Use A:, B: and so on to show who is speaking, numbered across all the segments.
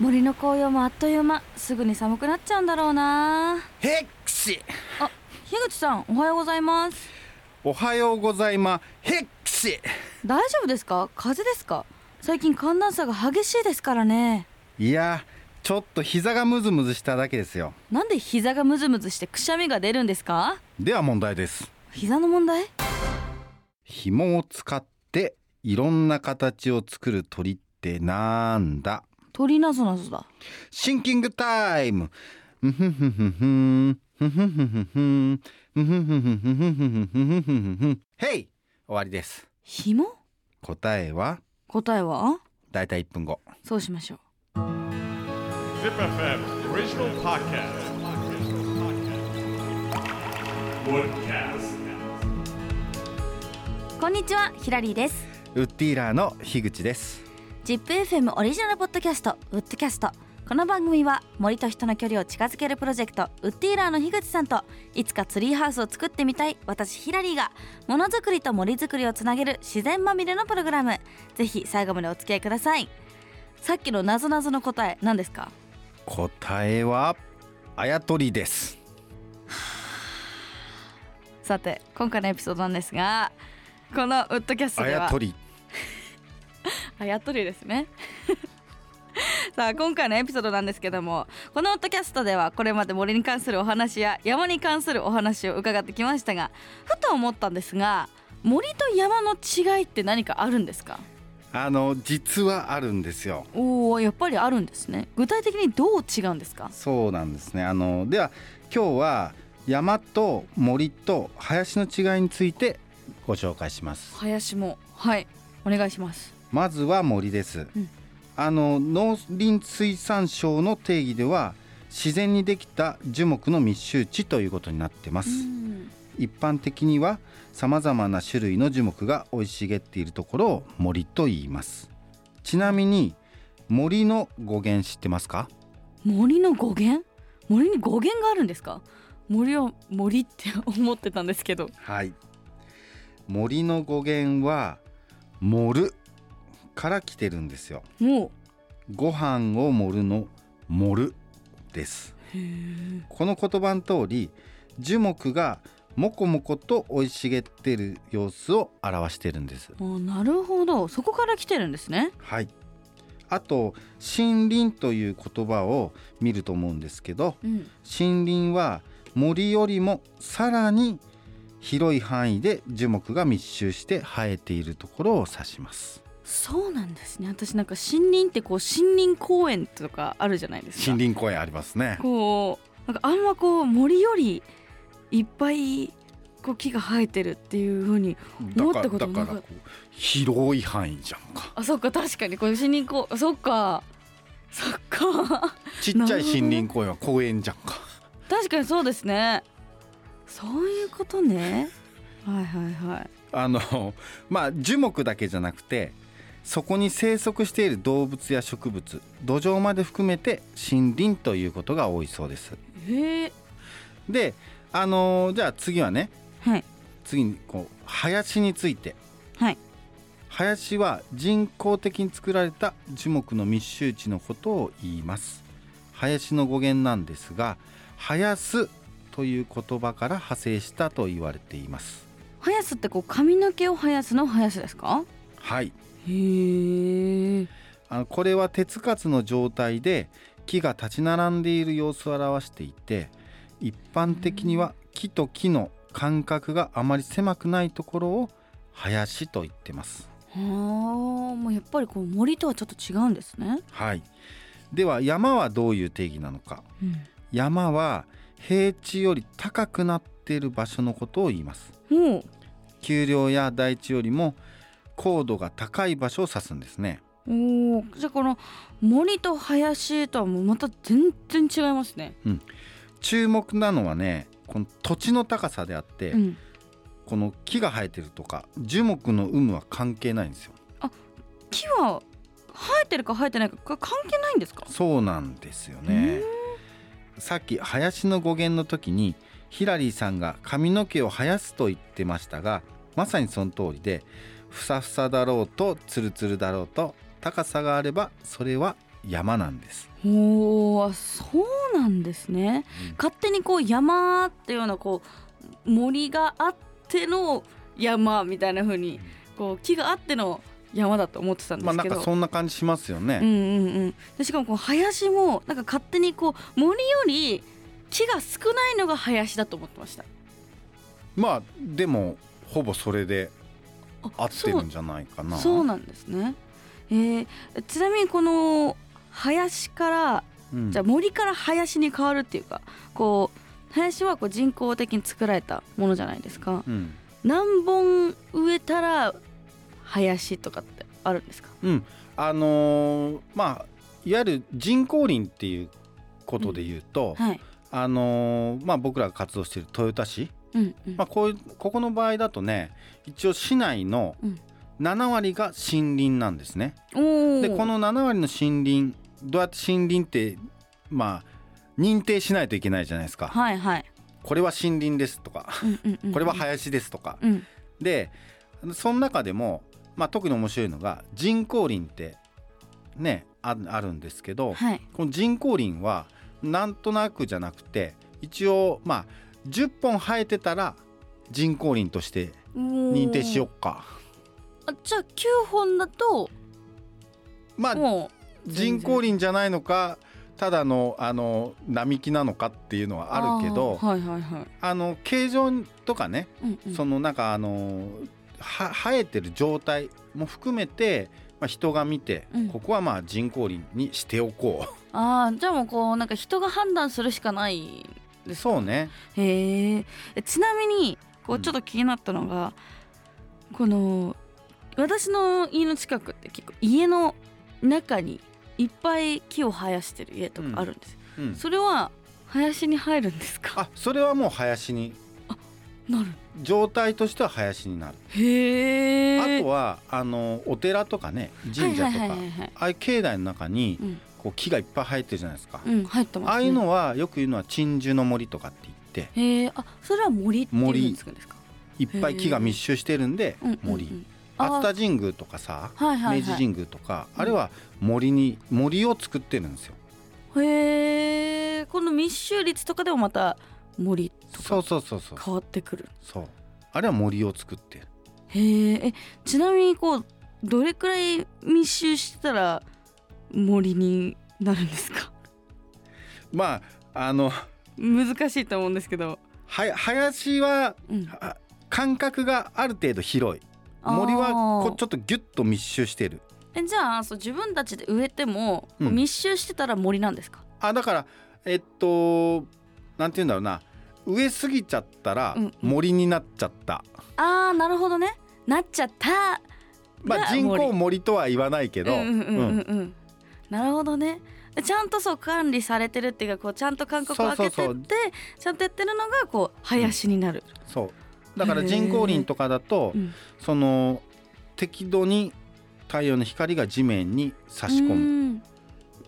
A: 森の紅葉もあっという間すぐに寒くなっちゃうんだろうな
B: ヘックシ
A: あ樋口さんおはようございます
B: おはようございまヘックシ
A: 大丈夫ですか風邪ですか最近寒暖差が激しいですからね
B: いやちょっと膝がムズムズしただけですよ
A: なんで膝がムズムズしてくしゃみが出るんですか
B: では問題です
A: 膝の問題
B: 紐を使っていろんな形を作る鳥ってなんだ
A: 鳥なぞなぞだ
B: シンキングタイムふふふふふんふふふふふんふふふふふふふふふんヘイ終わりです
A: 紐
B: 答えは
A: 答えは
B: だいたい1分後
A: そうしましょう
C: Zip FM original podcast. Woodcast.
A: こんにちはヒラリーです
B: ウッディーラーの樋口です
A: ZIPFM オリジナルポッドキャストウッドキャストこの番組は森と人の距離を近づけるプロジェクトウッディーラーの樋口さんといつかツリーハウスを作ってみたい私ヒラリーがものづくりと森づくりをつなげる自然まみれのプログラムぜひ最後までお付き合いくださいさっきのなぞなぞの答え何ですか
B: 答えはあやとりです
A: さて今回のエピソードなんですがこのウッドキャスト
B: あ
A: で
B: や
A: は
B: とり
A: あやっとりですね さあ今回のエピソードなんですけどもこのオットキャストではこれまで森に関するお話や山に関するお話を伺ってきましたがふと思ったんですが森と山の違いって何かあるんですか
B: あの実はあるんですよ
A: おおやっぱりあるんですね具体的にどう違うんですか
B: そうなんですねあのでは今日は山と森と林の違いについてご紹介します
A: 林もはいお願いします
B: まずは森です、
A: うん
B: あの農林水産省の定義では自然にできた樹木の密集地ということになってます、一般的にはさまざまな種類の樹木が生い茂っているところを森と言いますちなみに森の語源知ってますか
A: 森の語源森に語源があるんですか森は森って思ってたんですけど
B: はい森の語源は「盛る」から来てるんですよ
A: も
B: ご飯を盛るの「盛る」です
A: うへー
B: この言葉の通り樹木がもこもこと生い茂っている様子を表してるんです
A: あなるほどそこから来てるんですね
B: はいあと森林という言葉を見ると思うんですけど
A: うん
B: 森林は森よりもさらに広い範囲で樹木が密集して生えているところを指します
A: そうなんですね私なんか森林ってこう森林公園とかあるじゃないですか
B: 林公園ありますね
A: こうなんかあんまこう森よりいっぱいこう木が生えてるっていう風に思ったこともなかった
B: う広い範囲じゃんか
A: あそっか確かにこう森林公そっかそっか
B: ち
A: なるほどね
B: 公園は公園じゃんか
A: 確かにそうですねそういうことねはいはいはい
B: あのまあ樹木だけじゃなくてそこに生息している動物や植物土壌まで含めて森林ということが多いそうです
A: へえ
B: であのーじゃあ次はね
A: はい
B: 次にこう林について
A: はい
B: 林は人工的に作られた樹木の密集地のことを言います林の語源なんですが「生やす」という言葉から派生したと言われています
A: 生やすってこう髪の毛を生やすの生やすですか
B: はい
A: へえ
B: あのこれは手つかずの状態で木が立ち並んでいる様子を表していて一般的には木と木の間隔があまり狭くないところを林と言ってます
A: あーもうやっぱりこう森とはちょっと違うんですね。
B: はいでは山はどういう定義なのか山は平地より高くなっている場所のことを言います
A: もう
B: 丘陵や台地よりも高度が高い場所を指すんですね
A: おーじゃあこの森と林とはもうまた全然違いますね。
B: 注目なのはねこの土地の高さであって、
A: うん、
B: この木が生えてるとか樹木の有無は関係ないんですよ
A: 木は生えてるか生えてないかこれ関係ないんですか？
B: そうなんですよねさっき林の語源の時にヒラリーさんが髪の毛を生やすと言ってましたがまさにその通りでふさふさだろうとツルツルだろうと高さがあればそれは山なんです。
A: おーそうなんですね、
B: うん
A: 勝手にこう山っていうようなこう森があっての山みたいな風にこう木があっての山だと思ってたんで
B: まあ
A: す
B: な
A: け
B: ん
A: ど、
B: かそんな感じしますよ
A: うん
B: ね。
A: うんうんでしかもこう林もなんか勝手にこう森より木が少ないのが林だと思ってました
B: まあでもほぼそれで合って
A: そう
B: るんじゃないかな。
A: そうなんですねえーちなみにこの林から
B: うん
A: じゃあ森から林に変わるっていうかこう林はこう人工的に作られたものじゃないですか
B: うん
A: 何本植えたら林とかってあるんですか
B: うん、あのーまあいわゆる人工林っていうことで言うと、
A: はい
B: あのーまあ僕らが活動している豊田市、
A: うんうん
B: まあこういうここの場合だとね、一応市内の
A: うん
B: 7割が森林なんですね。
A: おお
B: でこの7割の森林どうやって森林ってまあ認定しないといけないじゃないですか。
A: はいはい
B: これは森林ですとか、
A: うんうんうん
B: これは林ですとか。
A: うん
B: でその中でも、まあ、特に面白いのが人工林ってねああるんですけど、
A: はい
B: この人工林はなんとなくじゃなくて一応まあ10本生えてたら人工林として認
A: 認
B: 定しよっか。
A: あじゃあ九本だと
B: まあ
A: も全然
B: 人工林じゃないのかただのあの並木なのかっていうの
A: う
B: はあるけどあ
A: ーはいはいはい
B: の形状とかね、
A: うんうん
B: そのなんかあのは生えてる状態も含めて、まあ、人が見て、
A: うん
B: ここはまあ人工林にしておこ
A: ああじゃあもうこうなんか人が判断するしかないう
B: そうね
A: へーえちなみにこ
B: う
A: うんちょっと気になったのが、この私の家の近くって結構家の中にいっぱい木を生やしてる家とかあるんですよ、
B: うん
A: それは林に入るんですか
B: あそれはもう林に
A: なる
B: 状態としては林になる、
A: へえ
B: あとはあのお寺とかね神社とか、
A: はいはいはいはい
B: ああいう境内の中に
A: うん、
B: こう木がいっぱい生えてるじゃないですか、
A: うん、入ってます、ね、
B: ああいうのはよく言うのは鎮守の森とかって言って
A: へえあそれは森っていうんですか
B: いっぱい木が密集してるんで
A: うん
B: 森、
A: うんうんあ
B: 熱田神宮とかさ
A: はいはいはい
B: 明治神宮とかあれは森に森を作ってるんですよ
A: へえこの密集率とかでもまた森と
B: そ
A: か
B: うそうそうそう
A: 変わってくる
B: そうあれは森を作ってる
A: へーえちなみにこうどれくらい密集したら森になるんですか
B: まああの
A: 難しいと思うんですけど、
B: は林は
A: うん、
B: あ間隔がある程度広い
A: あー
B: 森はこうちょっとギュッと密集してる
A: えじゃあそう自分たちで植えても、
B: うん
A: 密集してたら森なんですか
B: あだからえっとなんて言うんだろうな植えすぎちゃったら
A: うんうん
B: 森になっちゃった、
A: あーなるほどねなっちゃった
B: ま
A: が
B: あ人工
A: 森
B: 森とは言わないけど、
A: うんうんうんうん
B: うん
A: うんなるほどねちゃんとそう管理されてるっていうかこうちゃんと間隔を空けてって
B: そうそうそう
A: ちゃんとやってるのがこう林になる、
B: そうだから人工林とかだと、
A: うん
B: その適度に太陽の光が地面に差し込
A: う
B: む
A: ん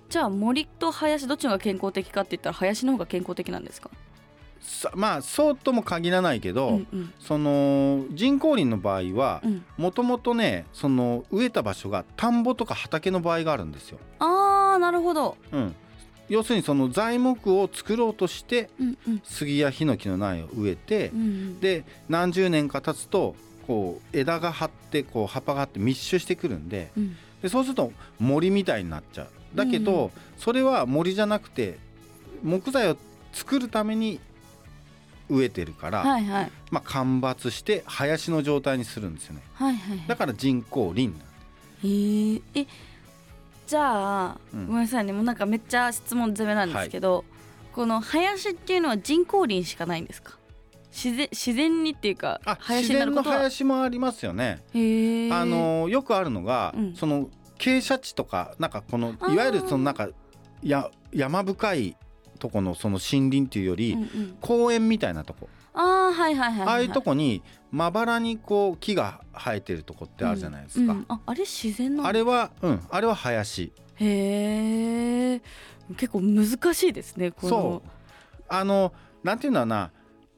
A: じゃあ森と林どっちが健康的かって言ったら林の方が健康的なんですか、
B: さまあそうとも限らないけど、
A: うんうん
B: その人工林の場合は
A: うん、
B: もともとねその植えた場所が田んぼとか畑の場合があるんですよ。
A: あーなるほど、
B: うん、要するにその材木を作ろうとして
A: うんうん
B: 杉やヒノキの苗を植えて
A: う、ん、
B: で何十年か経つとこう枝が張ってこう葉っぱが張って密集してくるんで
A: うん
B: でそうすると森みたいになっちゃうだけど、それは森じゃなくて木材を作るために植えてるから、
A: はいはい
B: まあ、間伐して林の状態にするんですよね
A: はいはい
B: だから人工林なん
A: へーえじゃあ、
B: うん
A: ごめんなさいねもうなんかめっちゃ質問攻めなんですけど、この林っていうのは人工林しかないんですか自然自然にっていうか
B: あ
A: 林
B: 自
A: にな
B: 然
A: る
B: の
A: ことは
B: 林もありますよね、
A: へー
B: あのよくあるのが、
A: うん
B: その傾斜地とかなんかこの
A: あー
B: いわゆるそのなんかや山深いとこのその森林っていうより、
A: うんうん
B: 公園みたいなとこ
A: あーはいはいはいは
B: ああいうとこにまばらにこう木が生えてるとこってあるじゃないですか、
A: うんああれ自然なの
B: あれはうんあれは林
A: へえ結構難しいですねこの
B: そうあのなんていうんだろうな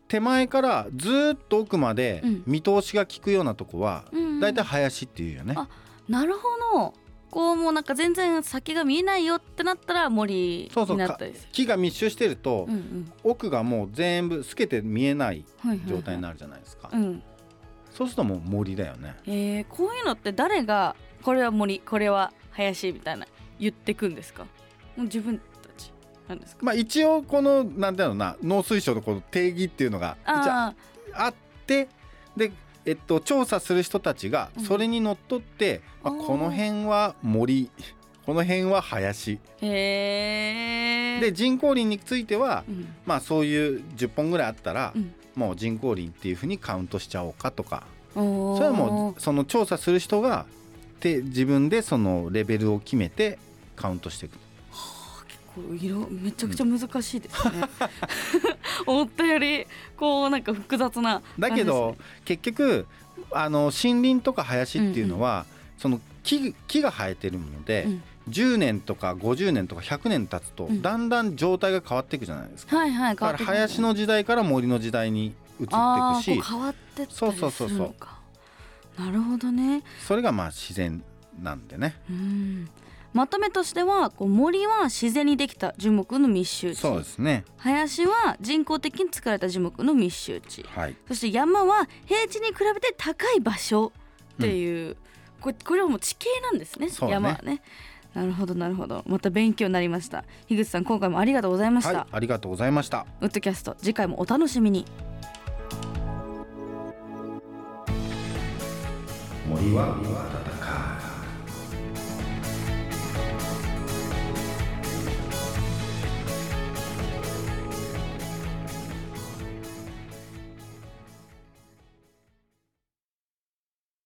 B: 手前からずーっと奥まで
A: うん
B: 見通しが利くようなとこは
A: うんうん
B: だいたい林っていうよね、
A: あなるほどこうもうなんか全然先が見えないよってなったら森
B: そうそ
A: に
B: う
A: な
B: か
A: ったりする
B: 木が密集してると、
A: うんうん
B: 奥がもう全部透けて見えない
A: はいはいはい
B: 状態になるじゃないですか、
A: うん
B: そうするともう森だよね
A: えー、こういうのって誰がこれは森これは林みたいな言ってくんですかもう自分たちなんですか
B: まあ一応このなんだろうな農水省のこの定義っていうのが一応
A: あ
B: あってで、えっと、調査する人たちが
A: うん
B: それにのっとって、
A: あ
B: ま
A: ー
B: あ、この辺は森この辺は林
A: あへえ
B: で、人工林については、
A: うん
B: まあ、そういう10本ぐらいあったら、
A: うん
B: もう人工林っていうふうにカウントしちゃおうかとか
A: おー
B: それはもうその調査する人がで自分でそのレベルを決めてカウントしていく
A: 結構色めちゃくちゃ難しいですね、思ったよりこうなんか複雑な
B: だけど、結局あの森林とか林っていうのは、その木木が生えてるので、
A: うん
B: 10年とか50年とか100年経つと、
A: うん
B: だんだん状態が変わっていくじゃないですか。
A: はいはい変わって
B: だか
A: く
B: ら
A: る
B: 林の時代から森の時代に移ってい
A: あ
B: く
A: ー
B: し
A: こう変わってったりす
B: そ
A: るのか
B: うそうそうそう
A: なるほどね
B: それがまあ自然なんでね。
A: うんまとめとしてはこう森は自然にできた樹木の密集地
B: そうですね。
A: 林は人工的に作られた樹木の密集地
B: はい。
A: そして山は平地に比べて高い場所っていう、これこれはもう地形なんですね
B: そうだね
A: 山はねなるほどなるほどまた勉強になりました樋口さん今回もありがとうございました、
B: はい、ありがとうございました。
A: ウッドキャスト次回もお楽しみに
B: 森は